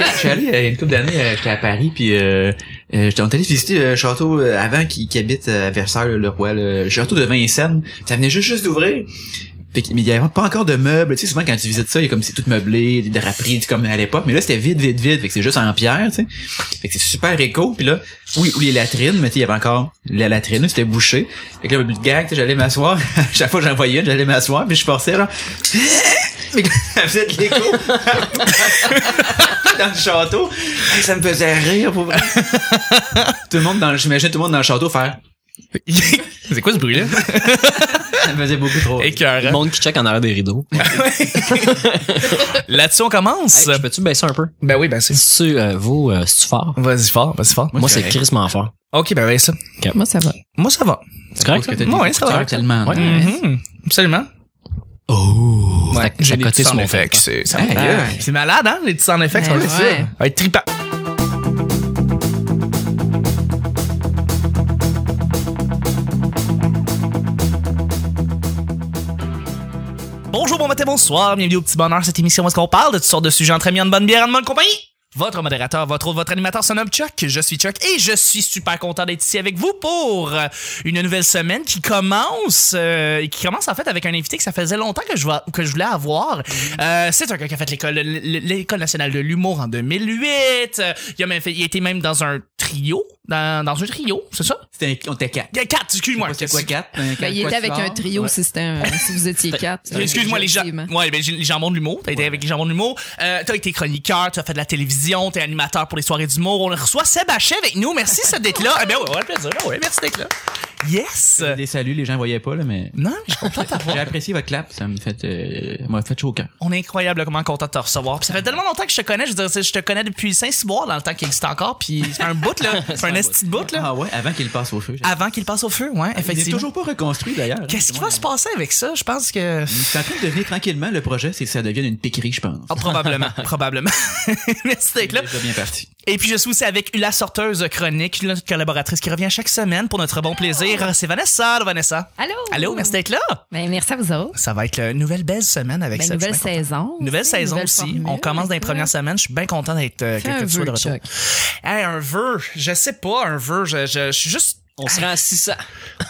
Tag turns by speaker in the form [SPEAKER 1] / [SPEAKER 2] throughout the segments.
[SPEAKER 1] je suis allé il y a une couple d'années, euh, j'étais à Paris, puis euh, euh, j'étais on est allé visiter le château euh, avant qui, qui habite euh, à Versailles, le, le roi, le château de Vincennes. Ça venait juste, juste d'ouvrir. Fait que- Mais il y avait pas encore de meubles. Tu sais, souvent quand tu visites ça, il y a comme c'est tout meublé, des draperies, comme à l'époque. Mais là, c'était vide, vide, vide. Fait que c'est juste en pierre, tu sais. Fait que c'est super éco. Puis là, oui, où les latrines, mais tu sais, il y avait encore la latrine, là, c'était bouché. Fait que là, le but de gag, tu sais, j'allais m'asseoir. À chaque fois que j'en voyais une, j'allais m'asseoir, puis je forçais, genre... Mais que ça faisait de l'écho dans le château. Hey, ça me faisait rire pour vrai. tout le monde dans, j'imagine tout le monde dans le château faire.
[SPEAKER 2] C'est quoi ce bruit-là?
[SPEAKER 1] Ça me faisait beaucoup trop. rire.
[SPEAKER 2] Écœurant.
[SPEAKER 3] Le monde qui check en arrière des rideaux.
[SPEAKER 2] Là-dessus, on commence.
[SPEAKER 3] Hey, je peux-tu baisser un peu?
[SPEAKER 2] Ben oui, ben c'est.
[SPEAKER 3] C'est-tu euh, vous, euh, c'est-tu fort?
[SPEAKER 2] Vas-y fort, vas-y fort.
[SPEAKER 3] Moi, c'est
[SPEAKER 1] correct.
[SPEAKER 3] crissement fort.
[SPEAKER 2] Ok, ben ouais, ça.
[SPEAKER 4] Moi, ça va.
[SPEAKER 2] Moi, ça va.
[SPEAKER 3] C'est correct?
[SPEAKER 1] Parce que
[SPEAKER 3] ça?
[SPEAKER 1] t'as des
[SPEAKER 2] Ouais, ça va.
[SPEAKER 1] écouteurs tellement.
[SPEAKER 3] Ouais.
[SPEAKER 1] nice.
[SPEAKER 2] Mhm. Absolument.
[SPEAKER 3] Oh!
[SPEAKER 2] Ouais,
[SPEAKER 3] c'est à
[SPEAKER 2] des petits
[SPEAKER 3] côté sur
[SPEAKER 2] sound
[SPEAKER 3] mon
[SPEAKER 2] effects,
[SPEAKER 3] frère.
[SPEAKER 2] c'est- ça
[SPEAKER 1] Hey,
[SPEAKER 2] va.
[SPEAKER 1] yeah.
[SPEAKER 2] C'est malade, hein? Les petits sound effects,
[SPEAKER 4] Ben
[SPEAKER 2] ça va
[SPEAKER 4] ouais.
[SPEAKER 2] être ça. Ouais, trippant. Bonjour, bon matin, bonsoir, bienvenue au Petit Bonheur, cette émission où est-ce qu'on parle de toutes sortes de sujets entre amis, en bonne bière, en bonne compagnie. Votre modérateur, votre autre, votre animateur se nomme Chuck, je suis Chuck et je suis super content d'être ici avec vous pour euh, une nouvelle semaine qui commence, euh, et qui commence en fait avec un invité que ça faisait longtemps que je, vois- que je voulais avoir. Euh, C'est un gars qui a fait l'école l- l'école nationale de l'humour en 2008, Euh, il a, même fait, il était même dans un trio, dans, dans un trio, c'est ça?
[SPEAKER 1] C'était un- on était quatre.
[SPEAKER 2] Il y a quatre, excuse-moi.
[SPEAKER 1] C'était quoi quatre? Un
[SPEAKER 4] Ben,
[SPEAKER 1] quatre
[SPEAKER 4] il était avec
[SPEAKER 1] quatuors.
[SPEAKER 4] un trio
[SPEAKER 1] Ouais.
[SPEAKER 4] si, c'était un- si vous étiez quatre.
[SPEAKER 2] Euh, Excuse-moi, les gens. Ouais, ben, j'ai- les jambons de l'humour. T'as été avec les jambons de l'humour. Euh, t'as été chroniqueur, t'as fait de la télévision, t'es animateur pour les soirées d'humour. On reçoit Seb Hachet avec nous. Merci, Seb, d'être là. Eh ben, ouais, ouais, plaisir. Ben ouais, merci d'être là. Yes!
[SPEAKER 1] Des saluts, les gens voyaient pas, là, mais.
[SPEAKER 2] Non, je suis content de t'avoir.
[SPEAKER 1] J'ai apprécié votre clap, ça me fait, euh, m'a fait chaud au cœur.
[SPEAKER 2] On est incroyablement content de te recevoir. Puis ça fait tellement longtemps que je te connais. Je veux dire, c'est- je te connais depuis Saint-Cyboire dans le temps qu'il existe encore. Puis c'est un bout, là. C'est un esti de bout, là.
[SPEAKER 1] Ah ouais, avant qu'il passe au feu.
[SPEAKER 2] Avant qu'il passe au feu, ouais,
[SPEAKER 1] Il est
[SPEAKER 2] Ah, effectivement.
[SPEAKER 1] toujours pas reconstruit d'ailleurs.
[SPEAKER 2] Qu'est-ce qui va se passer avec ça? Je pense que.
[SPEAKER 1] C'est en train de devenir tranquillement le projet, c'est que ça devienne une piquerie, je pense.
[SPEAKER 2] Ah, probablement, probablement. Merci d'être là.
[SPEAKER 1] C'est déjà bien parti.
[SPEAKER 2] Et puis je suis aussi avec la sorteuse chronique, notre collaboratrice qui revient chaque semaine pour notre bon plaisir. C'est Vanessa. Allô, Vanessa.
[SPEAKER 4] Ah. Allô?
[SPEAKER 2] Allô, merci d'être là.
[SPEAKER 4] Ben, merci à vous autres.
[SPEAKER 2] Ça va être euh, une nouvelle belle semaine avec
[SPEAKER 4] Ben,
[SPEAKER 2] ça.
[SPEAKER 4] nouvelle
[SPEAKER 2] Je suis bien
[SPEAKER 4] saison.
[SPEAKER 2] content. Nouvelle
[SPEAKER 4] aussi,
[SPEAKER 2] saison
[SPEAKER 4] nouvelle
[SPEAKER 2] aussi.
[SPEAKER 4] formule. Hein?
[SPEAKER 2] On commence dans les premières semaines. Je suis bien content d'être euh,
[SPEAKER 4] Fais un
[SPEAKER 2] quelque chose de
[SPEAKER 4] vœu,
[SPEAKER 2] retour.
[SPEAKER 4] Chuck.
[SPEAKER 2] Hey, un vœu, je sais pas, un vœu. Je, je, je suis juste.
[SPEAKER 3] On se rend à 600.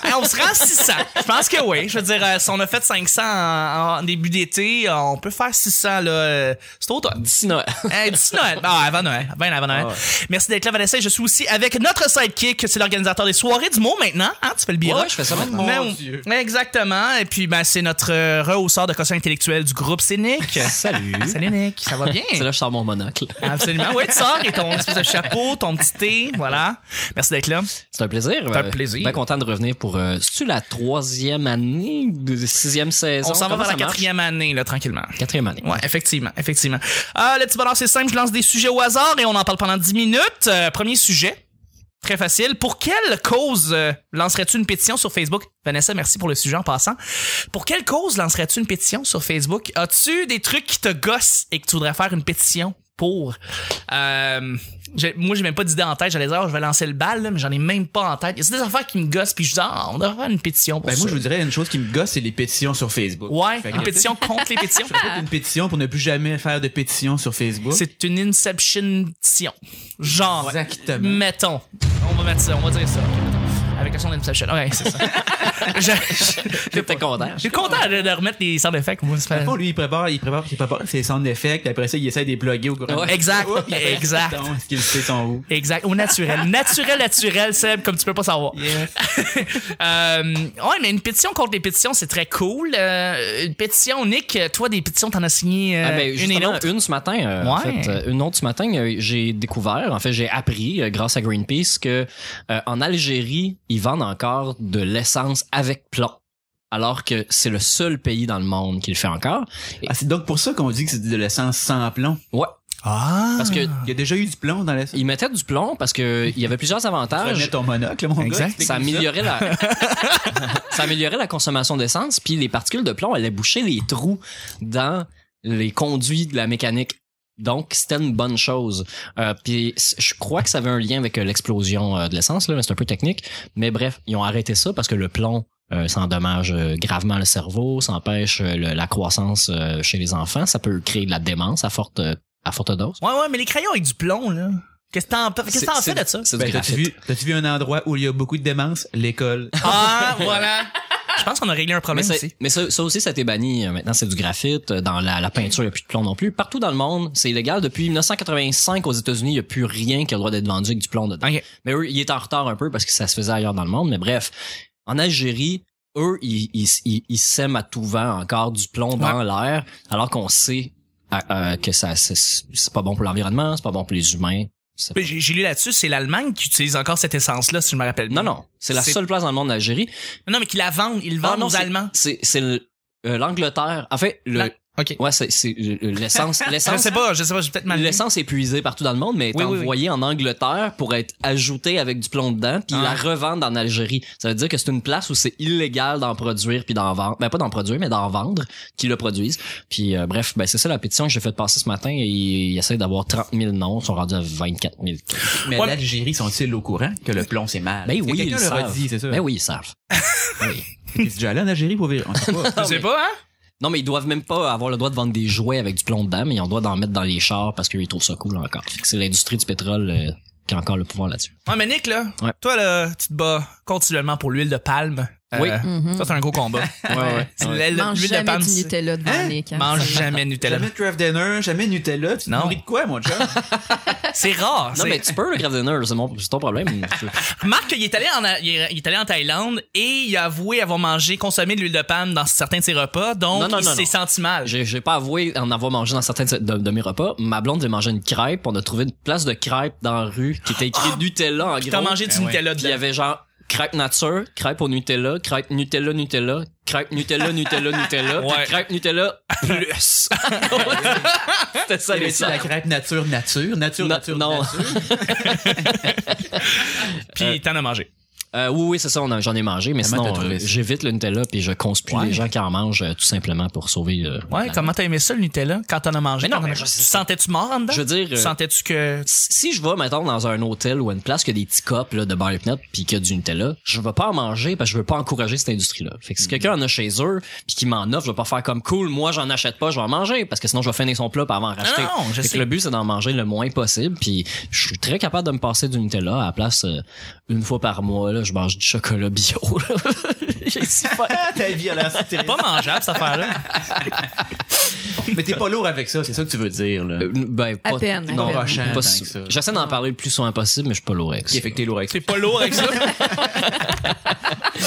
[SPEAKER 2] Hey, on se rend à 600. Je pense que oui. Je veux dire, euh, si on a fait 500 en, en début d'été, euh, on peut faire 600 là. euh, C'est automne.
[SPEAKER 3] D'ici Noël.
[SPEAKER 2] Hey, d'ici Noël. Ah, avant Noël. Bien avant Noël.
[SPEAKER 1] Ah ouais.
[SPEAKER 2] Merci d'être là, Vanessa. Et Je suis aussi avec notre sidekick. C'est l'organisateur des soirées du mot maintenant. Hein, tu fais le bira.
[SPEAKER 3] Ouais, je fais ça maintenant.
[SPEAKER 2] Mais-
[SPEAKER 1] Mon Dieu.
[SPEAKER 2] Exactement. Et puis, ben, c'est notre euh, rehausseur de quotient intellectuel du groupe, c'est Nick.
[SPEAKER 3] Salut.
[SPEAKER 2] Salut Nick, ça Ah. va bien?
[SPEAKER 3] C'est là que je sors mon monocle.
[SPEAKER 2] Absolument. Oui, tu sors et ton espèce de chapeau, ton petit thé. Voilà. Merci d'être là.
[SPEAKER 3] C'est un plaisir.
[SPEAKER 2] C'est un
[SPEAKER 3] Euh,
[SPEAKER 2] plaisir.
[SPEAKER 3] Bien content de revenir pour. euh, C'est-tu la troisième année, de- sixième saison?
[SPEAKER 2] On s'en va
[SPEAKER 3] Comment
[SPEAKER 2] vers la
[SPEAKER 3] ça marche?
[SPEAKER 2] quatrième année, là, tranquillement.
[SPEAKER 3] Quatrième année.
[SPEAKER 2] Ouais, effectivement, effectivement. Ah, le petit bonheur, c'est simple. Je lance des sujets au hasard et on en parle pendant 10 minutes. Euh, premier sujet. Très facile. Pour quelle cause euh, lancerais-tu une pétition sur Facebook? Vanessa, merci pour le sujet en passant. Pour quelle cause lancerais-tu une pétition sur Facebook? As-tu des trucs qui te gossent et que tu voudrais faire une pétition pour? Euh, j'ai- moi, j'ai même pas d'idée en tête. J'allais dire, Ah, je vais lancer le bal, là, mais j'en ai même pas en tête. Il y a des affaires qui me gossent puis je dis, ah, on devrait faire une pétition pour
[SPEAKER 1] Ben
[SPEAKER 2] ça.
[SPEAKER 1] moi, je vous dirais une chose qui me gosse, c'est les pétitions sur Facebook.
[SPEAKER 2] Ouais,
[SPEAKER 1] Fait que-
[SPEAKER 2] une pétition contre les pétitions.
[SPEAKER 1] Faites une pétition pour ne plus jamais faire de pétition sur Facebook.
[SPEAKER 2] C'est une inception Genre.
[SPEAKER 1] Exactement.
[SPEAKER 2] Mettons. On va mettre ça, on va dire ça. Avec le son d'Inception. Ouais, c'est ça. Je- je-
[SPEAKER 3] J'étais content.
[SPEAKER 2] Je suis content de, de remettre les sound effects. moi, c'est
[SPEAKER 3] Euh.
[SPEAKER 1] Au
[SPEAKER 2] pas-
[SPEAKER 1] fond, lui, il prépare, il prépare, il prépare ses sound effects, puis après ça, il essaie de les bloguer au courant.
[SPEAKER 3] Ouais.
[SPEAKER 2] Exact,
[SPEAKER 1] Oups, après,
[SPEAKER 2] exact.
[SPEAKER 1] attends, Est-ce qu'il sait son où?
[SPEAKER 2] Exact. Au naturel. Naturel, naturel, Seb, comme tu peux pas savoir. Euh, ouais, mais une pétition contre les pétitions, c'est très cool. Euh, une pétition, Nick, toi, des pétitions, t'en as signé euh,
[SPEAKER 3] Ah, ben,
[SPEAKER 2] une et
[SPEAKER 3] justement,
[SPEAKER 2] l'autre.
[SPEAKER 3] une ce matin. euh, en
[SPEAKER 2] Ouais.
[SPEAKER 3] fait, euh, une autre ce matin, euh, j'ai découvert, en fait, j'ai appris euh, grâce à Greenpeace que euh, en Algérie, ils vendent encore de l'essence avec plomb. Alors que c'est le seul pays dans le monde qui le fait encore.
[SPEAKER 1] Ah, c'est donc pour ça qu'on dit que c'est de l'essence sans plomb.
[SPEAKER 3] Ouais.
[SPEAKER 2] Ah!
[SPEAKER 3] Parce que
[SPEAKER 1] Il y a déjà eu du plomb dans l'essence.
[SPEAKER 3] ils mettaient du plomb parce que il y avait plusieurs
[SPEAKER 1] Prenez
[SPEAKER 3] avantages.
[SPEAKER 1] ton monocle, mon
[SPEAKER 2] Exact.
[SPEAKER 1] gars. explique-nous
[SPEAKER 3] Hein? Ça améliorait la ça améliorait la consommation d'essence puis les particules de plomb allaient boucher les trous dans les conduits de la mécanique. Donc c'était une bonne chose. Euh, puis c- je crois que ça avait un lien avec euh, l'explosion euh, de l'essence là, mais c'est un peu technique, mais bref, ils ont arrêté ça parce que le plomb euh, ça endommage euh, gravement le cerveau, ça empêche euh, le- la croissance euh, chez les enfants, ça peut créer de la démence à forte euh, à forte dose.
[SPEAKER 2] Ouais, ouais, mais les crayons avec du plomb, là. Qu'est-ce que t'en qu'est-ce que t'en
[SPEAKER 3] C'est-
[SPEAKER 2] fais de ça?
[SPEAKER 3] C'est
[SPEAKER 1] Ben,
[SPEAKER 3] du
[SPEAKER 1] t'as-tu
[SPEAKER 3] graphite.
[SPEAKER 1] vu, t'as-tu vu un endroit où il y a beaucoup de démence? L'école.
[SPEAKER 2] Ah, voilà. Je pense qu'on a réglé un
[SPEAKER 3] Ah, Mais,
[SPEAKER 2] problème
[SPEAKER 3] ça-
[SPEAKER 2] ici.
[SPEAKER 3] mais ça, ça aussi, ça a été banni. Euh, Maintenant, c'est du graphite. Euh, Dans la, la peinture, il n'y a plus de plomb non plus. Partout dans le monde, c'est illégal. Depuis 1985, aux États-Unis, il n'y a plus rien qui a le droit d'être vendu avec du plomb dedans.
[SPEAKER 2] Ok.
[SPEAKER 3] Mais eux, ils étaient en retard un peu parce que ça se faisait ailleurs dans le monde. Mais bref, en Algérie, eux, ils, ils, ils- ils sèment à tout vent encore du plomb dans l'air, alors qu'on sait à- euh, que ça c'est- c'est pas bon pour l'environnement, c'est pas bon pour les humains. C'est-
[SPEAKER 2] Mais J'ai j'ai lu là-dessus, c'est l'Allemagne qui utilise encore cette essence-là, si je me rappelle bien.
[SPEAKER 3] Non, non, c'est la
[SPEAKER 2] C'est-
[SPEAKER 3] seule place dans le monde d'Algérie.
[SPEAKER 2] Non, mais qui la vendent, ils le
[SPEAKER 3] Ah,
[SPEAKER 2] vendent
[SPEAKER 3] non,
[SPEAKER 2] aux Allemands.
[SPEAKER 3] C'est c'est le- euh, l'Angleterre. En fait, le,
[SPEAKER 2] La- OK.
[SPEAKER 3] Ouais, c'est c'est, euh, l'essence.
[SPEAKER 2] Je
[SPEAKER 3] L'essence.
[SPEAKER 2] sais pas, je sais pas, j'ai peut-être mal lu.
[SPEAKER 3] L'essence est puisée partout dans le monde, mais est
[SPEAKER 2] Oui, oui, oui.
[SPEAKER 3] envoyée en Angleterre pour être ajoutée avec du plomb dedans, puis
[SPEAKER 2] Ah.
[SPEAKER 3] la revendre en Algérie. Ça veut dire que c'est une place où c'est illégal d'en produire puis d'en vendre. Ben pas d'en produire, mais d'en vendre, qui le produisent. Puis euh, bref, ben c'est ça la pétition que j'ai fait passer ce matin. Ils, ils essaient d'avoir 30 000 noms, ils sont rendus à 24 000.
[SPEAKER 1] Mais
[SPEAKER 2] Ouais.
[SPEAKER 1] l'Algérie sont-ils au courant que le plomb, c'est mal?
[SPEAKER 2] Ah,
[SPEAKER 3] Ben
[SPEAKER 1] Est-ce que
[SPEAKER 3] oui,
[SPEAKER 1] Quelqu'un
[SPEAKER 3] ils
[SPEAKER 1] leur a
[SPEAKER 3] savent.
[SPEAKER 1] dit, c'est ça. Ah,
[SPEAKER 3] Ben oui, ils savent. Oui.
[SPEAKER 1] T'es déjà allé en Algérie pour vérifier? On sait pas.
[SPEAKER 2] Je sais pas, hein?
[SPEAKER 3] Non, mais ils doivent même pas avoir le droit de vendre des jouets avec du plomb dedans, mais ils ont le droit d'en mettre dans les chars parce qu'ils trouvent ça cool encore. Fait que C'est l'industrie du pétrole euh, qui a encore le pouvoir là-dessus.
[SPEAKER 2] Ouais, mais Nick, là,
[SPEAKER 3] Ouais.
[SPEAKER 2] toi, là, tu te bats continuellement pour l'huile de palme. Euh,
[SPEAKER 3] Oui.
[SPEAKER 2] Ça, c'est un gros combat.
[SPEAKER 3] Ouais, ouais.
[SPEAKER 2] C'est l'huile
[SPEAKER 4] Mm-hmm. Mange
[SPEAKER 2] l'huile de
[SPEAKER 4] jamais
[SPEAKER 2] palme.
[SPEAKER 4] du
[SPEAKER 2] c'est-
[SPEAKER 4] Nutella devant
[SPEAKER 1] Hein?
[SPEAKER 4] les camps.
[SPEAKER 2] Mange jamais de Nutella.
[SPEAKER 1] Jamais de craft dinner, jamais de Nutella. Tu te
[SPEAKER 2] Non.
[SPEAKER 1] nourris de quoi, mon chum?
[SPEAKER 2] C'est rare.
[SPEAKER 3] Non,
[SPEAKER 2] c'est-
[SPEAKER 3] mais tu peux le grave dinner, c'est mon- c'est ton problème. Tu-
[SPEAKER 2] Remarque qu'il est, allé en, il est il est allé en Thaïlande et il a avoué avoir mangé, consommé de l'huile de palme dans certains de ses repas, donc
[SPEAKER 3] Non, non,
[SPEAKER 2] il
[SPEAKER 3] non,
[SPEAKER 2] s'est
[SPEAKER 3] non.
[SPEAKER 2] senti mal.
[SPEAKER 3] J'ai j'ai pas avoué en avoir mangé dans certains de, de- de mes repas. Ma blonde avait mangé une crêpe. On a trouvé une place de crêpe dans la rue qui était écrit Nutella en
[SPEAKER 2] Puis
[SPEAKER 3] gros.
[SPEAKER 2] t'as Ah! mangé du
[SPEAKER 1] Ben ouais.
[SPEAKER 2] Nutella
[SPEAKER 3] Puis
[SPEAKER 2] de
[SPEAKER 3] il y avait genre crêpe nature, crêpe au Nutella, crêpe Nutella Nutella, crêpe Nutella Nutella Nutella, puis
[SPEAKER 2] Ouais.
[SPEAKER 3] crêpe Nutella plus. C'était ça les
[SPEAKER 1] C'est la crêpe nature, nature, nature,
[SPEAKER 3] Non,
[SPEAKER 1] nature,
[SPEAKER 3] non.
[SPEAKER 1] nature.
[SPEAKER 2] Puis t'en as mangé.
[SPEAKER 3] Euh, oui, oui, c'est ça, on a- j'en ai mangé, mais
[SPEAKER 1] Comment t'as
[SPEAKER 3] sinon,
[SPEAKER 1] trouvé
[SPEAKER 3] euh,
[SPEAKER 1] ça?
[SPEAKER 3] j'évite le Nutella puis je conspue
[SPEAKER 2] Ouais.
[SPEAKER 3] les gens qui en mangent euh, tout simplement pour sauver. euh,
[SPEAKER 2] Ouais,
[SPEAKER 3] la-
[SPEAKER 2] comment t'as aimé ça, le Nutella, quand t'en as mangé?
[SPEAKER 3] Mais non,
[SPEAKER 2] t'en as
[SPEAKER 3] mais
[SPEAKER 2] mangé?
[SPEAKER 3] je sais-
[SPEAKER 2] Tu sentais-tu mort en dedans?
[SPEAKER 3] Je veux dire,
[SPEAKER 2] Tu
[SPEAKER 3] euh,
[SPEAKER 2] sentais-tu que...
[SPEAKER 3] si je vais, mettons, dans un hôtel ou une place qui a des petits cups là, de bar et peanuts puis qu'il y a du Nutella, je veux pas en manger parce que je veux pas encourager cette industrie-là. Fait
[SPEAKER 2] Mm-hmm.
[SPEAKER 3] que si quelqu'un en a chez eux puis qu'il m'en offre, je vais pas faire comme cool, moi j'en achète pas, je vais en manger parce que sinon je vais finir son plat par avant en racheter.
[SPEAKER 2] Non, non, je
[SPEAKER 3] Fait que
[SPEAKER 2] sais.
[SPEAKER 3] le but c'est d'en manger le moins possible puis je suis très capable de me passer du Nutella à la place euh, une fois par mois là, je mange du chocolat bio. là. J'ai super-
[SPEAKER 1] Ah, Ta vie à la cité.
[SPEAKER 2] Pas mangeable, cette affaire-là.
[SPEAKER 1] Mais t'es pas lourd avec ça, c'est ça que tu veux dire, là.
[SPEAKER 3] Euh, ben,
[SPEAKER 4] À
[SPEAKER 3] pas-
[SPEAKER 4] peine, à
[SPEAKER 3] non,
[SPEAKER 4] peine.
[SPEAKER 3] pas
[SPEAKER 1] Prochain, tant
[SPEAKER 3] sou-
[SPEAKER 1] que ça.
[SPEAKER 3] J'essaie d'en parler le plus souvent possible, mais je suis pas lourd avec ça.
[SPEAKER 1] Qui fait que t'es lourd avec ça.
[SPEAKER 2] C'est pas lourd avec ça.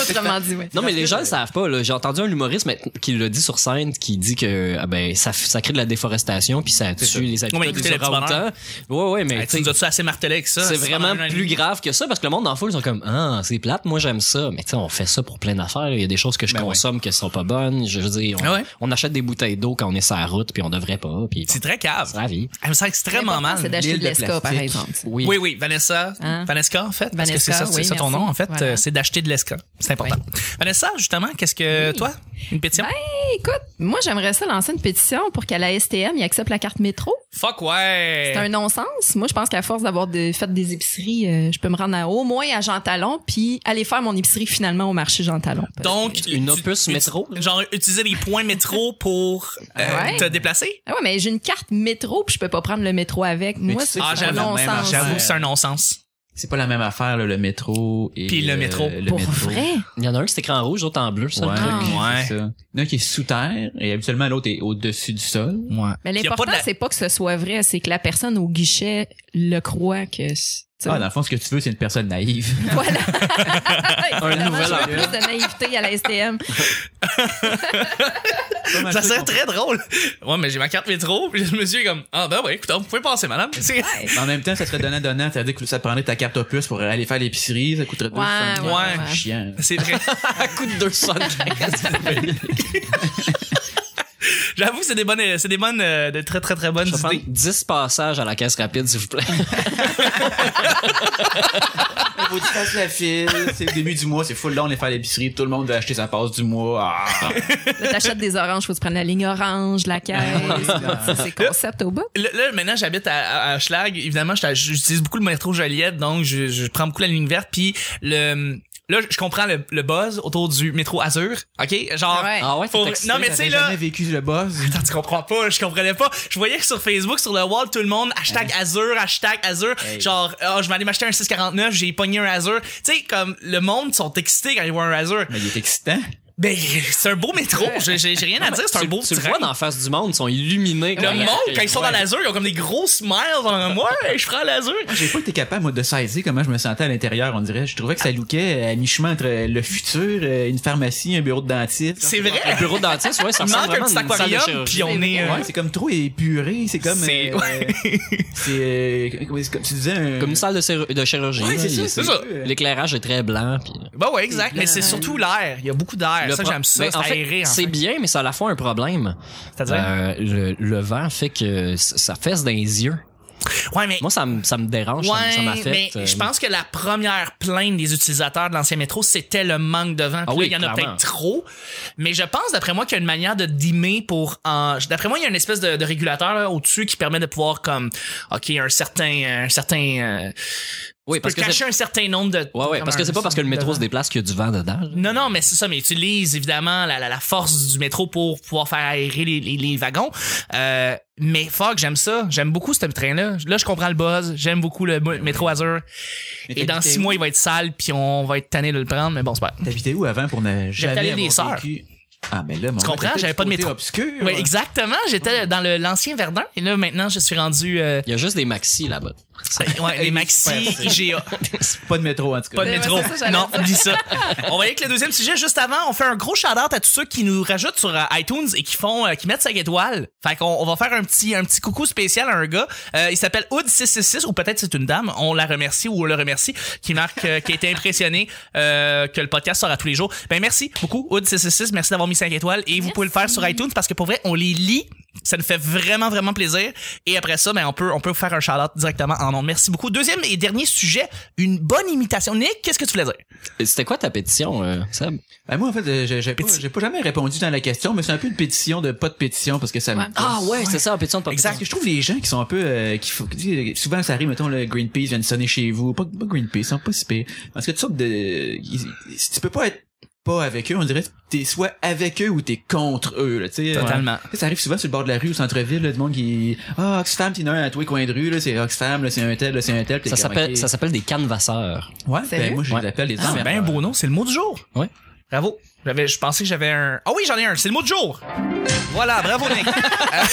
[SPEAKER 4] Autrement dit, ouais.
[SPEAKER 3] Non, mais les gens le savent pas. là. J'ai entendu un humoriste mais, qui le dit sur scène, qui dit que ah ben, ça, f- ça crée de la déforestation, puis ça tue
[SPEAKER 1] ça.
[SPEAKER 3] les habitants
[SPEAKER 2] Ouais, mais
[SPEAKER 3] des
[SPEAKER 2] écoutez, le petit
[SPEAKER 3] orangs-outans. Ouais, ouais, mais
[SPEAKER 2] Hey,
[SPEAKER 3] tu
[SPEAKER 2] tu
[SPEAKER 3] sais,
[SPEAKER 2] nous as-tu assez martelé avec ça?
[SPEAKER 3] c'est
[SPEAKER 2] Ça,
[SPEAKER 3] vraiment
[SPEAKER 2] pendant un an et
[SPEAKER 3] plus
[SPEAKER 2] demi?
[SPEAKER 3] grave que ça parce que le monde en foule, ils sont comme Ah, c'est plate, moi j'aime ça. Mais tu sais, on fait ça pour plein d'affaires. Il y a des choses que je
[SPEAKER 1] Ben
[SPEAKER 3] consomme qui sont pas bonnes. Je veux dire, on,
[SPEAKER 2] Ah ouais?
[SPEAKER 3] on achète des bouteilles d'eau quand on est sur la route, puis on devrait pas. Puis
[SPEAKER 2] C'est très cave.
[SPEAKER 3] c'est la vie.
[SPEAKER 2] Elle me sent extrêmement
[SPEAKER 4] L'important,
[SPEAKER 2] mal.
[SPEAKER 4] C'est d'acheter
[SPEAKER 1] L'huile
[SPEAKER 4] de
[SPEAKER 1] de
[SPEAKER 4] l'esca, par
[SPEAKER 1] plastique.
[SPEAKER 4] exemple.
[SPEAKER 3] Oui.
[SPEAKER 2] Oui, oui, Vanessa.
[SPEAKER 4] Hein?
[SPEAKER 2] Vanessa, en fait. parce que c'est
[SPEAKER 4] Vanessa,
[SPEAKER 2] ça, c'est
[SPEAKER 4] oui,
[SPEAKER 2] ça ton
[SPEAKER 4] merci.
[SPEAKER 2] nom, en fait.
[SPEAKER 4] Voilà.
[SPEAKER 2] euh, c'est d'acheter de l'esca. C'est important. Vanessa, justement, qu'est-ce que, toi, une pétition?
[SPEAKER 4] Ben, Écoute, moi, j'aimerais ça lancer une pétition pour qu'à la STM, ils acceptent la carte métro.
[SPEAKER 2] Fuck ouais!
[SPEAKER 4] C'est un non-sens. Moi, je pense qu'à force d'avoir de- fait des épiceries, euh, je peux me rendre à- au moins à Jean Talon, puis aller faire mon épicerie finalement au marché Jean Talon. Parce
[SPEAKER 2] Donc,
[SPEAKER 3] Une
[SPEAKER 2] tu-
[SPEAKER 3] opus
[SPEAKER 2] tu-
[SPEAKER 3] métro, là.
[SPEAKER 2] Genre, utiliser les points métro pour euh,
[SPEAKER 4] Ouais.
[SPEAKER 2] te déplacer?
[SPEAKER 4] Ah ouais, mais j'ai une carte métro, puis je peux pas prendre le métro avec.
[SPEAKER 1] Mais
[SPEAKER 4] Moi,
[SPEAKER 1] tu sais
[SPEAKER 4] c'est
[SPEAKER 1] que
[SPEAKER 2] Ah,
[SPEAKER 1] c'est
[SPEAKER 4] un
[SPEAKER 1] pas
[SPEAKER 2] j'avoue,
[SPEAKER 1] le même
[SPEAKER 4] non-sens.
[SPEAKER 1] argent.
[SPEAKER 2] J'avoue, c'est un non-sens.
[SPEAKER 1] C'est pas la même affaire, là, le métro et.
[SPEAKER 2] Puis le
[SPEAKER 1] euh,
[SPEAKER 2] métro.
[SPEAKER 1] le
[SPEAKER 4] Pour
[SPEAKER 1] métro.
[SPEAKER 4] vrai?
[SPEAKER 3] Il y en a un qui c'est écran rouge, l'autre en bleu, ça.
[SPEAKER 1] Ouais,
[SPEAKER 3] le truc.
[SPEAKER 2] Ouais.
[SPEAKER 1] c'est ça. Il y en a un qui est sous terre et habituellement l'autre est au-dessus du sol.
[SPEAKER 2] Ouais.
[SPEAKER 4] Mais
[SPEAKER 2] Il y a pas
[SPEAKER 4] l'important,
[SPEAKER 2] de la-
[SPEAKER 4] c'est pas que ce soit vrai, c'est que la personne au guichet le croit que... c'est- tu sais.
[SPEAKER 1] Ah, dans le fond, ce que tu veux, c'est une personne naïve.
[SPEAKER 4] Voilà.
[SPEAKER 3] Un nouvel
[SPEAKER 4] Je veux
[SPEAKER 3] emploi.
[SPEAKER 4] plus de naïveté à la STM.
[SPEAKER 2] Ça serait très drôle. Ah, Ouais, mais j'ai ma carte métro, puis le monsieur est comme, ah ben ouais, écoute, vous pouvez passer, madame. C'est-
[SPEAKER 1] En même temps, ça serait donnant-donnant. C'est-à-dire que ça te prendrait ta carte opus pour aller faire l'épicerie. Ça coûterait 200
[SPEAKER 4] Ouais,
[SPEAKER 2] ouais, ouais.
[SPEAKER 1] Chiant.
[SPEAKER 2] C'est vrai.
[SPEAKER 3] À coup de 215.
[SPEAKER 2] J'avoue, c'est des bonnes, c'est des bonnes, euh, de très très très bonnes
[SPEAKER 3] Je vais prendre
[SPEAKER 2] idées.
[SPEAKER 3] 10 passages à la caisse rapide, s'il vous plaît.
[SPEAKER 1] Faut que tu fasses la file. C'est le début du mois. C'est full long de faire l'épicerie. Tout le monde veut acheter sa passe du mois. Ah.
[SPEAKER 4] Là, t'achètes des oranges, faut que tu prennes la ligne orange, la caisse. C'est- c'est concept au bout.
[SPEAKER 2] Là, là, maintenant, j'habite à, à, à Schlag. Évidemment, j'étais- j'utilise beaucoup le métro Joliette, donc je, je prends beaucoup la ligne verte. Puis le là, je comprends le, le buzz autour du métro Azur, ok? Genre,
[SPEAKER 4] Ouais.
[SPEAKER 3] Ah ouais,
[SPEAKER 2] Faut-
[SPEAKER 3] faut excité,
[SPEAKER 2] non, mais tu sais,
[SPEAKER 3] t'avais-
[SPEAKER 2] là-
[SPEAKER 1] jamais vécu le buzz.
[SPEAKER 2] Attends, tu comprends pas, je comprenais pas. Je voyais que sur Facebook, sur le wall, tout le monde, hashtag Azure, hashtag Azure.
[SPEAKER 3] Hein? Hey.
[SPEAKER 2] Genre, Ah, je vais aller m'acheter un 649, j'ai pogné un Azure. Tu sais, comme, le monde sont excités quand ils voient un Azure.
[SPEAKER 1] Mais il est excitant.
[SPEAKER 2] Ben, c'est un beau métro, j'ai j'ai- j'ai rien à dire, c'est un
[SPEAKER 3] Tu-
[SPEAKER 2] beau
[SPEAKER 3] Tu le
[SPEAKER 2] train.
[SPEAKER 3] vois dans la face du monde, ils sont illuminés.
[SPEAKER 2] Le monde, quand ils sont dans l'Azur, ils ont comme des gros smiles dans moi, je prends l'Azur.
[SPEAKER 1] J'ai pas été capable, moi, de saisir comment je me sentais à l'intérieur, on dirait. Je trouvais que ça lookait euh, à mi-chemin entre le futur, euh, une pharmacie, un bureau de dentiste.
[SPEAKER 2] C'est
[SPEAKER 3] Le
[SPEAKER 2] vrai.
[SPEAKER 3] bureau de dentiste, ouais, ça
[SPEAKER 2] Il
[SPEAKER 3] ressemble
[SPEAKER 2] manque un
[SPEAKER 3] vraiment
[SPEAKER 2] petit
[SPEAKER 3] à une salle de
[SPEAKER 2] aquarium,
[SPEAKER 3] chirurgie.
[SPEAKER 2] puis on est. euh,
[SPEAKER 1] Ouais, c'est comme trop épuré, c'est comme.
[SPEAKER 2] C'est-
[SPEAKER 1] euh, c'est, euh, comment- c'est comme tu disais un.
[SPEAKER 3] Comme une salle de, cir- de chirurgie.
[SPEAKER 2] Ouais, c'est
[SPEAKER 3] là,
[SPEAKER 2] ça,
[SPEAKER 3] il-
[SPEAKER 2] c'est ça.
[SPEAKER 3] L'éclairage est très blanc. Puis...
[SPEAKER 2] Bah ouais, exact. Mais c'est surtout l'air. Il y a beaucoup d'air.
[SPEAKER 3] Le
[SPEAKER 2] Ça,
[SPEAKER 3] pro-
[SPEAKER 2] j'aime ça.
[SPEAKER 3] Mais
[SPEAKER 2] C'est
[SPEAKER 3] en fait,
[SPEAKER 2] aéré, en
[SPEAKER 3] C'est
[SPEAKER 2] fait.
[SPEAKER 3] bien, mais ça a à la fois un problème.
[SPEAKER 2] C'est-à-dire?
[SPEAKER 3] Euh, le, le vent fait que c- ça fesse dans les yeux.
[SPEAKER 2] Ouais, mais.
[SPEAKER 3] Moi, ça me, ça me dérange, ça me- ça
[SPEAKER 2] Ouais, mais
[SPEAKER 3] m'affecte. euh,
[SPEAKER 2] je pense que la première plainte des utilisateurs de l'ancien métro, c'était le manque de vent. Puis
[SPEAKER 3] Ah oui,
[SPEAKER 2] là, il y en a
[SPEAKER 3] clairement.
[SPEAKER 2] peut-être trop. Mais je pense, d'après moi, qu'il y a une manière de dimmer pour... en- D'après moi, il y a une espèce de, de régulateur là, au-dessus qui permet de pouvoir, comme, OK, un certain... Un certain euh,
[SPEAKER 3] Oui, parce
[SPEAKER 2] peut
[SPEAKER 3] que c'est
[SPEAKER 2] cacher un certain nombre de...
[SPEAKER 3] ouais, ouais, parce que c'est pas parce que le métro se déplace qu'il y a du vent dedans. là.
[SPEAKER 2] Non, non, mais c'est ça, mais utilise évidemment la, la, la force du métro pour pouvoir faire aérer les, les, les wagons. Euh, mais fuck, j'aime ça. J'aime beaucoup ce train-là. Là, je comprends le buzz. J'aime beaucoup le mo- métro Azur.
[SPEAKER 1] Mais
[SPEAKER 2] Et dans
[SPEAKER 1] t'habitais
[SPEAKER 2] six
[SPEAKER 1] où?
[SPEAKER 2] mois, il va être sale, puis on va être tanné de le prendre, mais bon, c'est pas.
[SPEAKER 1] T'habitais où avant pour ne jamais
[SPEAKER 2] allé des
[SPEAKER 1] avoir vécu? Ah, mais là, mon
[SPEAKER 2] Tu
[SPEAKER 1] gars,
[SPEAKER 2] comprends?
[SPEAKER 1] t'as
[SPEAKER 2] J'avais
[SPEAKER 1] peut-être
[SPEAKER 2] pas de
[SPEAKER 1] côté
[SPEAKER 2] métro.
[SPEAKER 1] obscur. hein.
[SPEAKER 2] Oui, exactement. J'étais dans le- l'ancien Verdun, et là, maintenant, je suis rendu. Euh,
[SPEAKER 3] Il y a juste des maxi là-bas.
[SPEAKER 2] ouais, les Maxi, IGA.
[SPEAKER 1] Pas de métro, en tout cas.
[SPEAKER 2] Pas de
[SPEAKER 4] Ouais,
[SPEAKER 2] métro.
[SPEAKER 4] ouais, c'est ça, j'allais
[SPEAKER 2] non,
[SPEAKER 4] dire.
[SPEAKER 2] oublie ça. On va y aller avec le deuxième sujet juste avant. On fait un gros shout-out à tous ceux qui nous rajoutent sur euh, iTunes et qui font, euh, qui mettent 5 étoiles. Fait qu'on on va faire un petit, un petit coucou spécial à un gars. Euh, il s'appelle Oud666 ou peut-être c'est une dame. On la remercie ou on le remercie qui marque, euh, qui a été impressionné euh, que le podcast sera tous les jours. Ben merci beaucoup Oud666. Merci d'avoir mis 5 étoiles et vous pouvez le faire sur iTunes parce que pour vrai, on les lit. Ça nous fait vraiment, vraiment plaisir. Et après ça, ben, on peut, on peut faire un shout-out directement en nom. Merci beaucoup. Deuxième et dernier sujet, une bonne imitation. Nick, qu'est-ce que tu voulais dire?
[SPEAKER 3] C'était quoi ta pétition, euh, Seb?
[SPEAKER 1] Ben, moi, en fait, euh, j'ai j'ai pas,
[SPEAKER 2] Péti-
[SPEAKER 1] j'ai pas jamais répondu dans la question, mais c'est un peu une pétition de pas de pétition parce que ça me-
[SPEAKER 4] Ouais.
[SPEAKER 3] Ah ouais, c'est ça, la pétition de pas
[SPEAKER 1] Exact. Je trouve les gens qui sont un peu, euh, qui faut, qui- souvent ça arrive, mettons, le Greenpeace vient de sonner chez vous. Pas, pas Greenpeace, ils sont pas si pires. Parce que toutes sortes de, ils- si tu peux pas être pas avec eux, on dirait que t'es soit avec eux ou t'es contre eux, là, tu sais.
[SPEAKER 2] Totalement.
[SPEAKER 1] Ouais. Ça arrive souvent sur le bord de la rue, au centre-ville, là, du monde qui, ah, Oxfam, t'es un à tous les coins de rue, là, c'est Oxfam, là, c'est un tel, là, c'est un tel. T'es
[SPEAKER 3] Ça
[SPEAKER 1] comme,
[SPEAKER 3] s'appelle,
[SPEAKER 1] ok.
[SPEAKER 3] ça s'appelle des canvasseurs.
[SPEAKER 1] Ouais,
[SPEAKER 4] Sérieux?
[SPEAKER 1] ben, moi, je
[SPEAKER 3] Ouais.
[SPEAKER 1] les appelle les
[SPEAKER 2] Ah, c'est
[SPEAKER 1] emmerdeurs.
[SPEAKER 2] bien beau, non? C'est le mot du jour.
[SPEAKER 3] Ouais.
[SPEAKER 2] Bravo. J'avais, je pensais que j'avais un. Ah oui, j'en ai un. C'est le mot du jour. Voilà, bravo, Nick.
[SPEAKER 1] Ah,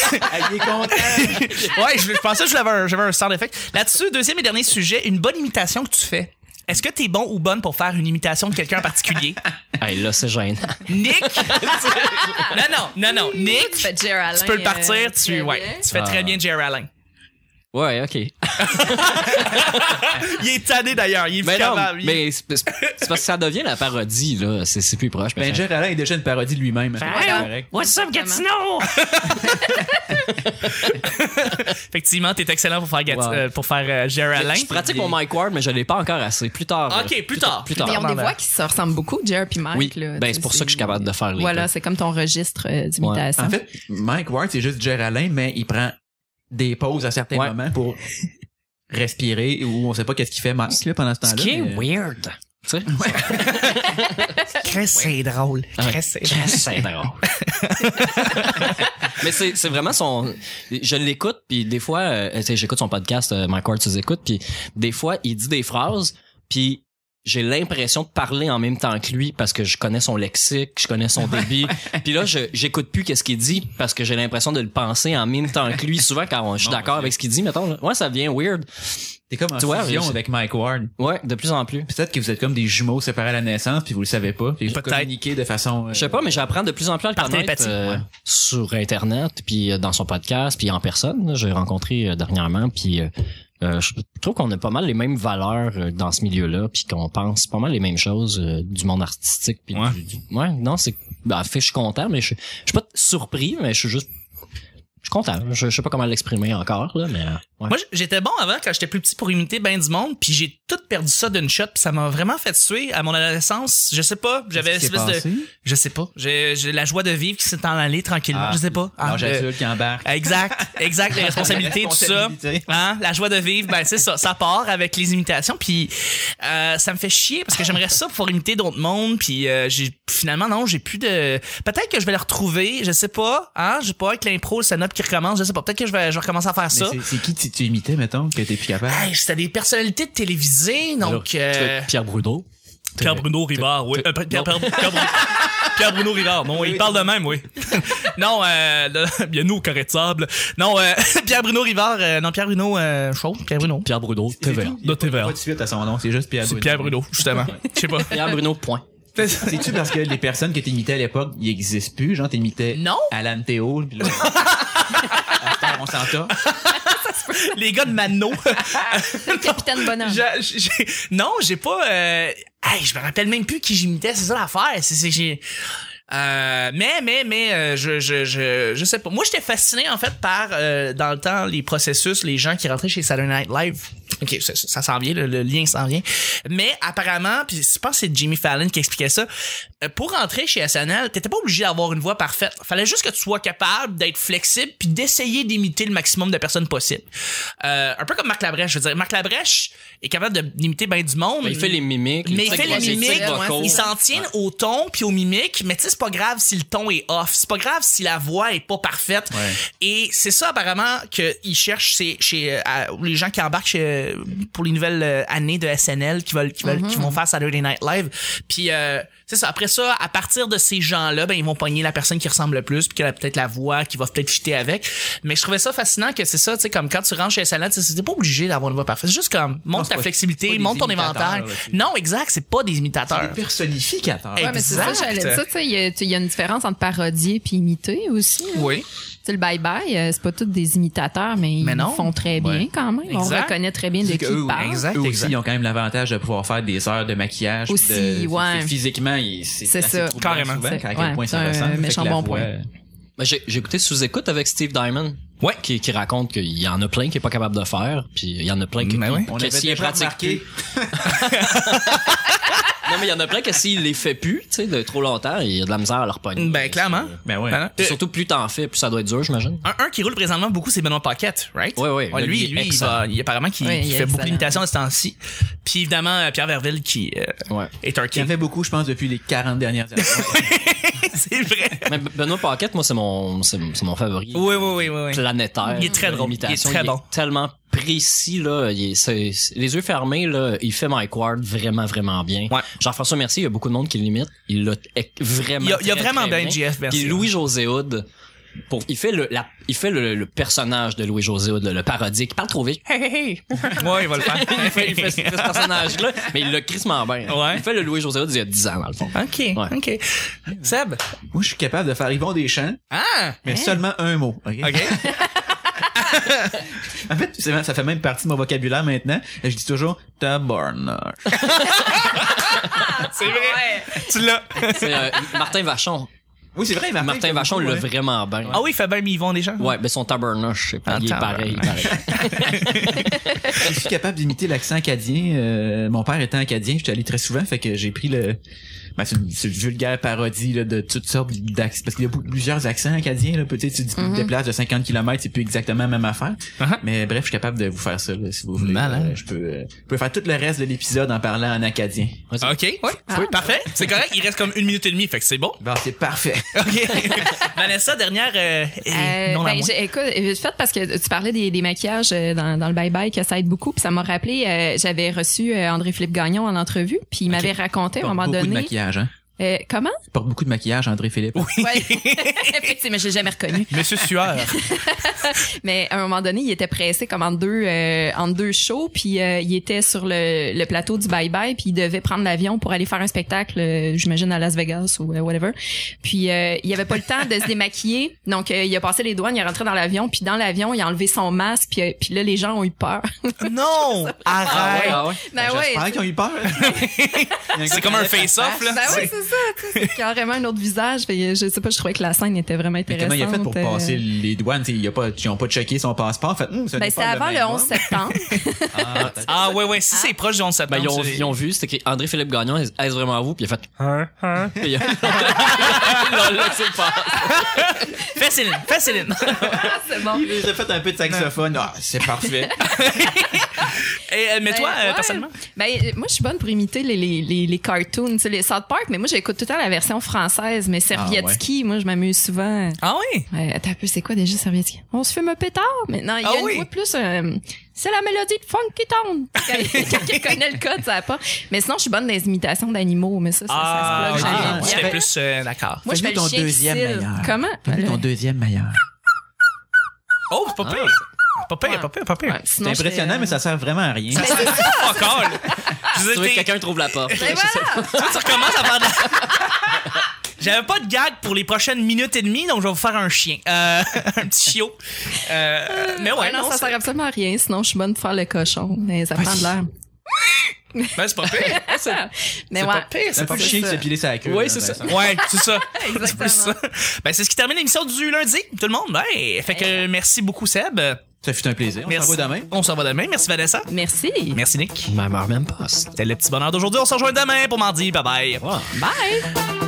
[SPEAKER 1] il est content.
[SPEAKER 2] ouais, je, je pensais que je l'avais un- j'avais un sound effect. Là-dessus, deuxième et dernier sujet, une bonne imitation que tu fais. Est-ce que t'es bon ou bonne pour faire une imitation de quelqu'un en particulier?
[SPEAKER 3] Hey, là, c'est gênant.
[SPEAKER 2] Nick! non, non, non, non. Nick,
[SPEAKER 4] Tu fais Jer Alain,
[SPEAKER 2] tu peux le
[SPEAKER 4] euh,
[SPEAKER 2] partir. Tu,
[SPEAKER 4] très
[SPEAKER 2] ouais,
[SPEAKER 4] bien.
[SPEAKER 2] tu fais très
[SPEAKER 3] Ah.
[SPEAKER 2] bien Jerry Allen.
[SPEAKER 3] Ouais, ok.
[SPEAKER 2] Il est tanné d'ailleurs. Il est
[SPEAKER 3] Mais
[SPEAKER 2] plus
[SPEAKER 3] non,
[SPEAKER 2] capable. Il-
[SPEAKER 3] mais c'est c'est parce que ça devient la parodie, là. C'est c'est plus proche.
[SPEAKER 1] ben, Jerry Alain est déjà une parodie de lui-même.
[SPEAKER 4] Voilà.
[SPEAKER 1] Correct.
[SPEAKER 3] oh, What's up,
[SPEAKER 4] Exactement.
[SPEAKER 2] Effectivement, t'es excellent pour faire, Gat-
[SPEAKER 3] Wow.
[SPEAKER 2] euh, pour faire euh, Jerry Allen.
[SPEAKER 3] Je pratique mon Mike Ward, mais je l'ai pas encore assez. Plus tard. euh,
[SPEAKER 2] Ok, plus tard.
[SPEAKER 3] Plus tard.
[SPEAKER 4] Mais on
[SPEAKER 2] Pardon,
[SPEAKER 4] des
[SPEAKER 2] là.
[SPEAKER 4] voix qui se ressemblent beaucoup, Jer puis Mike.
[SPEAKER 3] Oui,
[SPEAKER 4] là,
[SPEAKER 3] ben,
[SPEAKER 4] tu
[SPEAKER 3] c'est
[SPEAKER 4] sais,
[SPEAKER 3] pour ça que je suis capable de faire les
[SPEAKER 4] Voilà,
[SPEAKER 3] deux.
[SPEAKER 4] c'est comme ton registre euh, d'imitation.
[SPEAKER 1] En fait, Mike Ward, c'est juste Jerry Alain, mais il prend des pauses à certains
[SPEAKER 3] Ouais.
[SPEAKER 1] moments pour respirer ou on sait pas qu'est-ce qu'il fait Mike là, pendant ce temps-là.
[SPEAKER 3] Ce qui est
[SPEAKER 1] mais-
[SPEAKER 3] weird. Tu sais?
[SPEAKER 2] Chris, c'est drôle.
[SPEAKER 1] Ah
[SPEAKER 3] Ouais.
[SPEAKER 2] Chris, c'est
[SPEAKER 3] Yes, c'est drôle. Mais c'est c'est vraiment son. Je l'écoute, puis des fois, euh, tu sais, j'écoute son podcast, euh, Mike Ward, tu les écoutes, puis des fois, il dit des phrases, puis j'ai l'impression de parler en même temps que lui parce que je connais son lexique, je connais son débit. puis là, je- j'écoute plus qu'est-ce qu'il dit parce que j'ai l'impression de le penser en même temps que lui. Souvent, quand on- je suis
[SPEAKER 1] Mon
[SPEAKER 3] d'accord
[SPEAKER 1] Dieu.
[SPEAKER 3] avec ce qu'il dit, mettons, là. ouais, ça devient weird.
[SPEAKER 1] T'es comme en
[SPEAKER 3] Tu vois,
[SPEAKER 1] fusion
[SPEAKER 3] je-
[SPEAKER 1] avec Mike Ward.
[SPEAKER 3] Ouais, de plus en plus.
[SPEAKER 1] Peut-être que vous êtes comme des jumeaux séparés à la naissance puis vous le savez pas. Puis vous
[SPEAKER 2] Peut-être.
[SPEAKER 1] communiquez de façon. euh,
[SPEAKER 3] Je sais pas, mais j'apprends de plus en plus à le
[SPEAKER 2] Par
[SPEAKER 3] connaître
[SPEAKER 2] télépathie,
[SPEAKER 3] euh,
[SPEAKER 2] ouais.
[SPEAKER 3] sur Internet, puis euh, dans son podcast, puis en personne. là, J'ai rencontré euh, dernièrement, puis euh, euh, je trouve qu'on a pas mal les mêmes valeurs euh, dans ce milieu-là, puis qu'on pense pas mal les mêmes choses euh, du monde artistique. Puis
[SPEAKER 2] Ouais.
[SPEAKER 3] bah, du- du- ouais, non, c'est... Ben, en fait, je suis content, mais je, je suis pas surpris, mais je suis juste... suis content. Je, je sais pas comment l'exprimer encore, là, mais. euh, ouais.
[SPEAKER 2] Moi, j'étais bon avant quand j'étais plus petit pour imiter ben du monde, puis j'ai tout perdu ça d'une shot, puis ça m'a vraiment fait suer à mon adolescence. Je sais pas, j'avais une
[SPEAKER 1] Qu'est-ce qui s'est
[SPEAKER 2] espèce de...
[SPEAKER 1] passé?
[SPEAKER 2] Je sais pas, j'ai j'ai la joie de vivre qui s'est en allée tranquillement,
[SPEAKER 1] Ah,
[SPEAKER 2] je sais pas. Ah,
[SPEAKER 1] L'âge
[SPEAKER 2] euh,
[SPEAKER 1] adulte qui embarque.
[SPEAKER 2] Exact, exact, les responsabilités, tout ça.
[SPEAKER 1] Responsabilité.
[SPEAKER 2] Hein? La joie de vivre, ben c'est ça, ça part avec les imitations, puis euh, ça me fait chier parce que j'aimerais ça pour imiter d'autres mondes, puis euh, j'ai finalement non, j'ai plus de. Peut-être que je vais le retrouver, je sais pas, hein, je sais pas avec l'impro, le stand-up qui recommence, je sais pas. Peut-être que je vais, je vais recommencer à faire
[SPEAKER 1] Mais
[SPEAKER 2] ça.
[SPEAKER 1] c'est- C'est qui tu, tu imitais, mettons, que t'es plus capable?
[SPEAKER 2] Hey, c'était des personnalités de télévisées,
[SPEAKER 3] Alors,
[SPEAKER 2] donc.
[SPEAKER 3] tu
[SPEAKER 2] euh,
[SPEAKER 3] fais Pierre Brudeau.
[SPEAKER 2] Pierre Bruno Rivard, oui. Euh, Pierre, Pierre- Pierre- Pierre Bruno- Pierre Bruno Rivard, non, il parle de même, oui. non, euh, le- bien nous, carré de sable. Non, euh, Pierre Bruno Rivard, euh, non, Pierre Bruno, euh, chaud, Pierre Bruno.
[SPEAKER 3] Pierre Brudeau,
[SPEAKER 1] C'est
[SPEAKER 3] TVA.
[SPEAKER 1] tout? Il y a
[SPEAKER 2] De
[SPEAKER 1] pas-
[SPEAKER 2] TVA.
[SPEAKER 1] Pas de suite à son nom, c'est juste Pierre
[SPEAKER 2] C'est
[SPEAKER 1] Bruno.
[SPEAKER 2] Pierre Bruno, justement. Je sais pas.
[SPEAKER 3] Pierre Bruno, point.
[SPEAKER 1] C'est-tu parce que les personnes que t'imitais à l'époque, ils existent plus? Genre, t'imitais
[SPEAKER 2] Non.
[SPEAKER 1] Alan Théo, pis là. à cette heure, on s'entend.
[SPEAKER 2] Les gars de Mano.
[SPEAKER 4] Le capitaine Bonhomme.
[SPEAKER 2] J'ai- j'ai- non, j'ai pas. euh, hey, je me rappelle même plus qui j'imitais. C'est ça l'affaire. C'est c'est que j'ai. euh, mais mais mais euh, je, je je je sais pas. Moi j'étais fasciné en fait par euh, dans le temps les processus, les gens qui rentraient chez Saturday Night Live. Ok, ça, ça, ça s'en vient, le, le lien s'en vient. Mais apparemment, puis je pense que c'est Jimmy Fallon qui expliquait ça. euh, Pour rentrer chez SNL, t'étais pas obligé d'avoir une voix parfaite. Fallait juste que tu sois capable d'être flexible puis d'essayer d'imiter le maximum de personnes possible. Euh, un peu comme Marc Labrèche. Je veux dire, Marc Labrèche est capable de- d'imiter bien du monde.
[SPEAKER 3] Mais Ben, il fait les mimiques.
[SPEAKER 2] Mais il fait les
[SPEAKER 3] les
[SPEAKER 2] mimiques,
[SPEAKER 3] mimiques.
[SPEAKER 4] ouais,
[SPEAKER 2] Ils
[SPEAKER 4] c'est ça.
[SPEAKER 2] s'en tiennent au ton puis aux mimiques, mais tu sais, c'est pas grave si le ton est off. C'est pas grave si la voix est pas parfaite.
[SPEAKER 1] Ouais.
[SPEAKER 2] Et c'est ça, apparemment, qu'ils cherchent chez, chez euh, à- les gens qui embarquent chez- pour les nouvelles euh, années de SNL qui, veulent, qui, veulent, qui vont faire Saturday Night Live. Puis, euh, c'est ça. Après ça, à partir de ces gens-là, ben, ils vont pogner la personne qui ressemble le plus puis qui a peut-être la voix qui va peut-être fitter avec. Mais je trouvais ça fascinant que c'est ça, tu sais, comme quand tu rentres chez SNL, tu sais, c'est pas obligé d'avoir une voix parfaite. C'est juste comme, montre
[SPEAKER 1] c'est
[SPEAKER 2] ta
[SPEAKER 1] pas- c'est
[SPEAKER 2] flexibilité,
[SPEAKER 1] pas des
[SPEAKER 2] montre ton
[SPEAKER 1] imitateurs,
[SPEAKER 2] inventaire.
[SPEAKER 1] là, c'est-
[SPEAKER 2] Non, exact, c'est pas des
[SPEAKER 1] C'est
[SPEAKER 2] imitateurs.
[SPEAKER 1] des personnificateur.
[SPEAKER 2] Hey,
[SPEAKER 4] Ouais, mais c'est ça,
[SPEAKER 2] Exact.
[SPEAKER 4] j'allais dire ça, tu sais, il y a- tu- il y, a une différence entre parodier puis imiter aussi. là.
[SPEAKER 2] Oui.
[SPEAKER 4] Tu sais, le bye-bye, euh, c'est pas tous des imitateurs, mais,
[SPEAKER 2] Mais
[SPEAKER 4] ils
[SPEAKER 2] non.
[SPEAKER 4] le font très bien
[SPEAKER 1] Ouais.
[SPEAKER 4] quand même.
[SPEAKER 2] Exact.
[SPEAKER 4] On reconnaît très bien de
[SPEAKER 1] C'est
[SPEAKER 4] qui
[SPEAKER 1] que eux,
[SPEAKER 4] ils parlent.
[SPEAKER 2] exact.
[SPEAKER 1] Eux aussi,
[SPEAKER 2] exact.
[SPEAKER 1] ils ont quand même l'avantage de pouvoir faire des heures de maquillage.
[SPEAKER 4] Aussi,
[SPEAKER 1] de-
[SPEAKER 4] ouais.
[SPEAKER 1] c'est- Physiquement, ils-
[SPEAKER 4] C'est
[SPEAKER 1] c'est assez
[SPEAKER 4] ça.
[SPEAKER 1] troublant
[SPEAKER 2] Carrément.
[SPEAKER 1] souvent,
[SPEAKER 4] C'est-
[SPEAKER 1] quand à quel
[SPEAKER 4] ouais,
[SPEAKER 1] point
[SPEAKER 4] c'est
[SPEAKER 1] ça
[SPEAKER 4] un
[SPEAKER 1] ressemble. Fait que
[SPEAKER 4] méchant
[SPEAKER 1] la
[SPEAKER 4] bon
[SPEAKER 1] voix-
[SPEAKER 4] point.
[SPEAKER 3] Ben, J'ai j'ai écouté Sous-écoute avec Steve Diamond.
[SPEAKER 2] Ouais.
[SPEAKER 3] Qui, qui raconte qu'il y en a plein qui est pas capable de faire, puis il y en a plein qui.
[SPEAKER 2] Ben ouais.
[SPEAKER 3] que
[SPEAKER 1] On avait
[SPEAKER 3] s'il est
[SPEAKER 1] déjà
[SPEAKER 3] pratique
[SPEAKER 1] remarqué.
[SPEAKER 3] plus. Non, mais il y en a plein que s'il les fait plus, tu sais, de trop longtemps, il y a de la misère à leur pogner.
[SPEAKER 2] Ben, clairement.
[SPEAKER 1] Ben ouais.
[SPEAKER 2] Ben,
[SPEAKER 3] Puis
[SPEAKER 2] euh,
[SPEAKER 3] surtout, plus t'en fais, plus ça doit être dur, j'imagine.
[SPEAKER 2] un, un qui roule présentement beaucoup, c'est Benoît Paquette, right?
[SPEAKER 3] Ouais, ouais.
[SPEAKER 2] Ouais,
[SPEAKER 3] Ben,
[SPEAKER 2] lui,
[SPEAKER 3] il est
[SPEAKER 2] lui, il,
[SPEAKER 3] excellent.
[SPEAKER 2] va, il apparemment qui
[SPEAKER 4] Ouais,
[SPEAKER 2] qui
[SPEAKER 4] il est
[SPEAKER 2] fait beaucoup
[SPEAKER 4] excellent.
[SPEAKER 2] d'imitations à ce temps-ci. Puis évidemment, euh, Pierre Verville qui euh,
[SPEAKER 3] Ouais.
[SPEAKER 2] est un
[SPEAKER 1] Qui en
[SPEAKER 2] king.
[SPEAKER 1] fait beaucoup, je pense, depuis les 40 dernières années.
[SPEAKER 2] c'est vrai.
[SPEAKER 3] Mais Benoît Paquette, moi, c'est mon, c'est c'est mon favori.
[SPEAKER 2] Oui, oui, oui, oui. oui.
[SPEAKER 3] planétaire.
[SPEAKER 2] Il est très drôle.
[SPEAKER 3] L'imitation,
[SPEAKER 2] Il est très bon.
[SPEAKER 3] tellement précis, là. Il est- c'est- c'est- les yeux fermés, là, il fait Mike Ward vraiment, vraiment bien.
[SPEAKER 2] Ouais.
[SPEAKER 3] Jean-François Mercier, il y a beaucoup de monde qui l'imite. Il l'a ec- vraiment
[SPEAKER 2] Il a, il a
[SPEAKER 3] très,
[SPEAKER 2] vraiment
[SPEAKER 3] très
[SPEAKER 2] bien JF
[SPEAKER 3] Puis
[SPEAKER 2] Mercier.
[SPEAKER 3] Louis-José Hood, pour, il fait le, la- il fait le, le personnage de Louis-José Hood, le, le parodique. Il parle trop vite. Hey, hey, hey.
[SPEAKER 2] Ouais, il va le faire.
[SPEAKER 3] Il fait, il fait ce il fait ce personnage-là, mais il l'a crissement bien.
[SPEAKER 2] Ouais.
[SPEAKER 3] Il fait le Louis-José Hood il y a 10 ans, dans le fond.
[SPEAKER 2] OK, OK. Seb.
[SPEAKER 1] Moi, je suis capable de faire Yvon Deschamps,
[SPEAKER 2] Ah!
[SPEAKER 1] mais seulement un mot. ok?
[SPEAKER 2] OK.
[SPEAKER 1] En fait, c'est- ça fait même partie de mon vocabulaire maintenant. Je dis toujours tabarnak.
[SPEAKER 2] C'est vrai. Tu l'as.
[SPEAKER 3] C'est, euh, Martin Vachon.
[SPEAKER 1] Oui, c'est vrai, Martin. il
[SPEAKER 3] Martin
[SPEAKER 1] fait
[SPEAKER 3] Vachon
[SPEAKER 1] beaucoup,
[SPEAKER 3] l'a
[SPEAKER 1] hein.
[SPEAKER 3] vraiment bien.
[SPEAKER 2] Ah oui, il fait bien Yvon des gens.
[SPEAKER 3] Ouais, mais son tabernache, je sais pas,
[SPEAKER 2] Ah,
[SPEAKER 3] il est pareil, il est pareil.
[SPEAKER 1] Je suis capable d'imiter l'accent acadien. Euh, mon père étant acadien, j'étais allé très souvent, fait que j'ai pris le. Ben, c'est une, c'est une vulgaire parodie là, de toutes sortes d'accents. Parce qu'il y a beaucoup- plusieurs accents acadiens. Là, peut-être tu
[SPEAKER 4] Mhm.
[SPEAKER 1] te déplaces de 50 km, c'est plus exactement la même affaire.
[SPEAKER 2] Uh-huh.
[SPEAKER 1] Mais bref, je suis capable de vous faire ça là, si vous voulez.
[SPEAKER 2] Malin.
[SPEAKER 1] Euh, je peux, euh, je peux faire tout le reste de l'épisode en parlant en acadien.
[SPEAKER 3] Vas-y.
[SPEAKER 2] OK, ouais.
[SPEAKER 4] Ah.
[SPEAKER 2] Oui, parfait. C'est correct. Il reste comme une minute et demie, fait que c'est bon.
[SPEAKER 1] Bon, c'est parfait.
[SPEAKER 2] OK. Vanessa, dernière. Euh, et
[SPEAKER 4] Euh,
[SPEAKER 2] non la
[SPEAKER 4] ben,
[SPEAKER 2] moins.
[SPEAKER 4] j'ai- écoute, euh, fait parce que tu parlais des, des maquillages euh, dans, dans le Bye Bye que ça aide beaucoup, puis ça m'a rappelé, euh, j'avais reçu euh, André-Philippe Gagnon en entrevue, puis il m'avait raconté à un
[SPEAKER 1] Porte
[SPEAKER 4] moment
[SPEAKER 1] beaucoup de
[SPEAKER 4] donné...
[SPEAKER 1] maquillage, hein.
[SPEAKER 4] Euh, comment?
[SPEAKER 1] Porte beaucoup de maquillage, André Philippe.
[SPEAKER 4] Ouais. Effectivement, j'ai jamais reconnu.
[SPEAKER 2] Monsieur Sueur.
[SPEAKER 4] Mais à un moment donné, il était pressé comme en deux, euh, en deux shows, puis euh, il était sur le, le plateau du Bye Bye, puis il devait prendre l'avion pour aller faire un spectacle, euh, j'imagine à Las Vegas ou euh, whatever. Puis euh, il avait pas le temps de se démaquiller, donc euh, il a passé les douanes, il est rentré dans l'avion, puis dans l'avion, il a enlevé son masque, puis, euh, puis là les gens ont eu peur.
[SPEAKER 2] non! Arrête!
[SPEAKER 3] Ah ouais?
[SPEAKER 4] Ben
[SPEAKER 1] J'espère qu'ils ont eu peur. hein. Il y a gars
[SPEAKER 2] C'est
[SPEAKER 1] qui
[SPEAKER 2] comme un
[SPEAKER 1] lève la
[SPEAKER 2] face-off,
[SPEAKER 1] face.
[SPEAKER 2] là.
[SPEAKER 4] Ben oui, c'est ça, tu sais, c'est carrément un autre visage. Fait que je sais pas, je trouvais que la scène était vraiment
[SPEAKER 1] Mais
[SPEAKER 4] intéressante.
[SPEAKER 1] comment il a fait pour
[SPEAKER 4] Euh,
[SPEAKER 1] passer les douanes? T'sais, Il a pas, ils ont pas checké son passeport. En fait, Hum, ce
[SPEAKER 4] Ben,
[SPEAKER 1] n'est
[SPEAKER 4] c'est
[SPEAKER 1] pas
[SPEAKER 4] avant
[SPEAKER 1] même
[SPEAKER 4] le 11
[SPEAKER 1] homme.
[SPEAKER 4] septembre.
[SPEAKER 3] Ah,
[SPEAKER 2] Ah ouais, ouais, si c'est proche du 11 septembre.
[SPEAKER 3] ben, ils, ont,
[SPEAKER 2] c'est-
[SPEAKER 3] ils ont vu, c'était écrit André-Philippe Gagnon, est-ce est-ce vraiment vous? Puis il a fait.
[SPEAKER 2] Hein, hein.
[SPEAKER 3] Puis il a- Il l'a laissé faire.
[SPEAKER 2] Fais Céline, fais Céline.
[SPEAKER 4] Ah, c'est bon.
[SPEAKER 1] Il les a fait un peu de saxophone. Ah, c'est parfait.
[SPEAKER 2] Et, euh, mais
[SPEAKER 4] Ben,
[SPEAKER 2] toi, euh,
[SPEAKER 4] ouais.
[SPEAKER 2] personnellement?
[SPEAKER 4] Ben, euh, moi, je suis bonne pour imiter les, les, les, les cartoons, tu sais, les South Park, mais moi, j'écoute tout le temps la version française, mais Servietsky, moi, je m'amuse souvent.
[SPEAKER 2] Ah oui?
[SPEAKER 4] Ouais, attends un peu, c'est quoi déjà Servietsky? On se fume un pétard? Mais non, il y a
[SPEAKER 2] Ah
[SPEAKER 4] une
[SPEAKER 2] oui.
[SPEAKER 4] voix plus, euh, c'est la mélodie de Funky Town. Quand il connaît le code, ça va pas. Mais sinon, je suis bonne dans les imitations d'animaux, mais ça, ça, ça se bloque
[SPEAKER 1] ok.
[SPEAKER 4] jamais.
[SPEAKER 1] Ah,
[SPEAKER 4] bien.
[SPEAKER 2] J'étais
[SPEAKER 1] ouais.
[SPEAKER 2] plus euh, d'accord.
[SPEAKER 4] Moi,
[SPEAKER 1] Fais-nous
[SPEAKER 4] je fais le
[SPEAKER 1] ton
[SPEAKER 4] chien
[SPEAKER 1] deuxième
[SPEAKER 4] difficile.
[SPEAKER 1] meilleur.
[SPEAKER 4] Comment?
[SPEAKER 1] Fais-nous
[SPEAKER 4] Le-
[SPEAKER 1] ton deuxième meilleur.
[SPEAKER 2] Oh, c'est pas pire. Pas pire,
[SPEAKER 4] Ouais.
[SPEAKER 2] pas pire, pas pire.
[SPEAKER 4] Ah. Ouais,
[SPEAKER 1] C'est
[SPEAKER 4] sinon, je
[SPEAKER 1] impressionnant,
[SPEAKER 4] fais-
[SPEAKER 1] mais ça sert vraiment à rien.
[SPEAKER 4] Ben, c'est ça.
[SPEAKER 2] Fuck all. Je veux dire,
[SPEAKER 3] Tu veux que
[SPEAKER 2] t'es-
[SPEAKER 3] quelqu'un trouve la porte.
[SPEAKER 4] Ben, voilà.
[SPEAKER 2] tu vois, tu recommences à faire de- J'avais pas de gag pour les prochaines minutes et demie, donc je vais vous faire un chien. Euh, un petit chiot. Euh, mais ouais,
[SPEAKER 4] Ouais, Ah, non, ça
[SPEAKER 2] c'est-
[SPEAKER 4] sert absolument à rien. Sinon, je suis bonne pour faire le cochon, mais ça prend de l'air. Ah!
[SPEAKER 2] ben, c'est pas pire.
[SPEAKER 4] Mais
[SPEAKER 2] c'est
[SPEAKER 4] ouais.
[SPEAKER 2] pas pire,
[SPEAKER 1] C'est
[SPEAKER 2] c'est
[SPEAKER 1] pas
[SPEAKER 2] pas
[SPEAKER 1] le
[SPEAKER 4] c'est
[SPEAKER 1] chien qui
[SPEAKER 4] ça.
[SPEAKER 1] s'est pilé sa queue.
[SPEAKER 3] Oui,
[SPEAKER 1] là,
[SPEAKER 3] c'est
[SPEAKER 1] ben,
[SPEAKER 3] ça.
[SPEAKER 2] Ouais, c'est ça. C'est plus ça.
[SPEAKER 4] Exactement.
[SPEAKER 2] Ben, c'est ce qui termine l'émission du lundi, tout le monde. Ben, fait que merci beaucoup, Seb.
[SPEAKER 1] Ça fut un plaisir. On
[SPEAKER 2] Merci.
[SPEAKER 1] se revoit demain.
[SPEAKER 2] On se revoit demain. Merci, Vanessa.
[SPEAKER 4] Merci.
[SPEAKER 2] Merci, Nick.
[SPEAKER 3] Même heure, même poste.
[SPEAKER 2] C'était le petit bonheur d'aujourd'hui. On se rejoint demain pour mardi. Bye bye.
[SPEAKER 3] Wow.
[SPEAKER 4] Bye.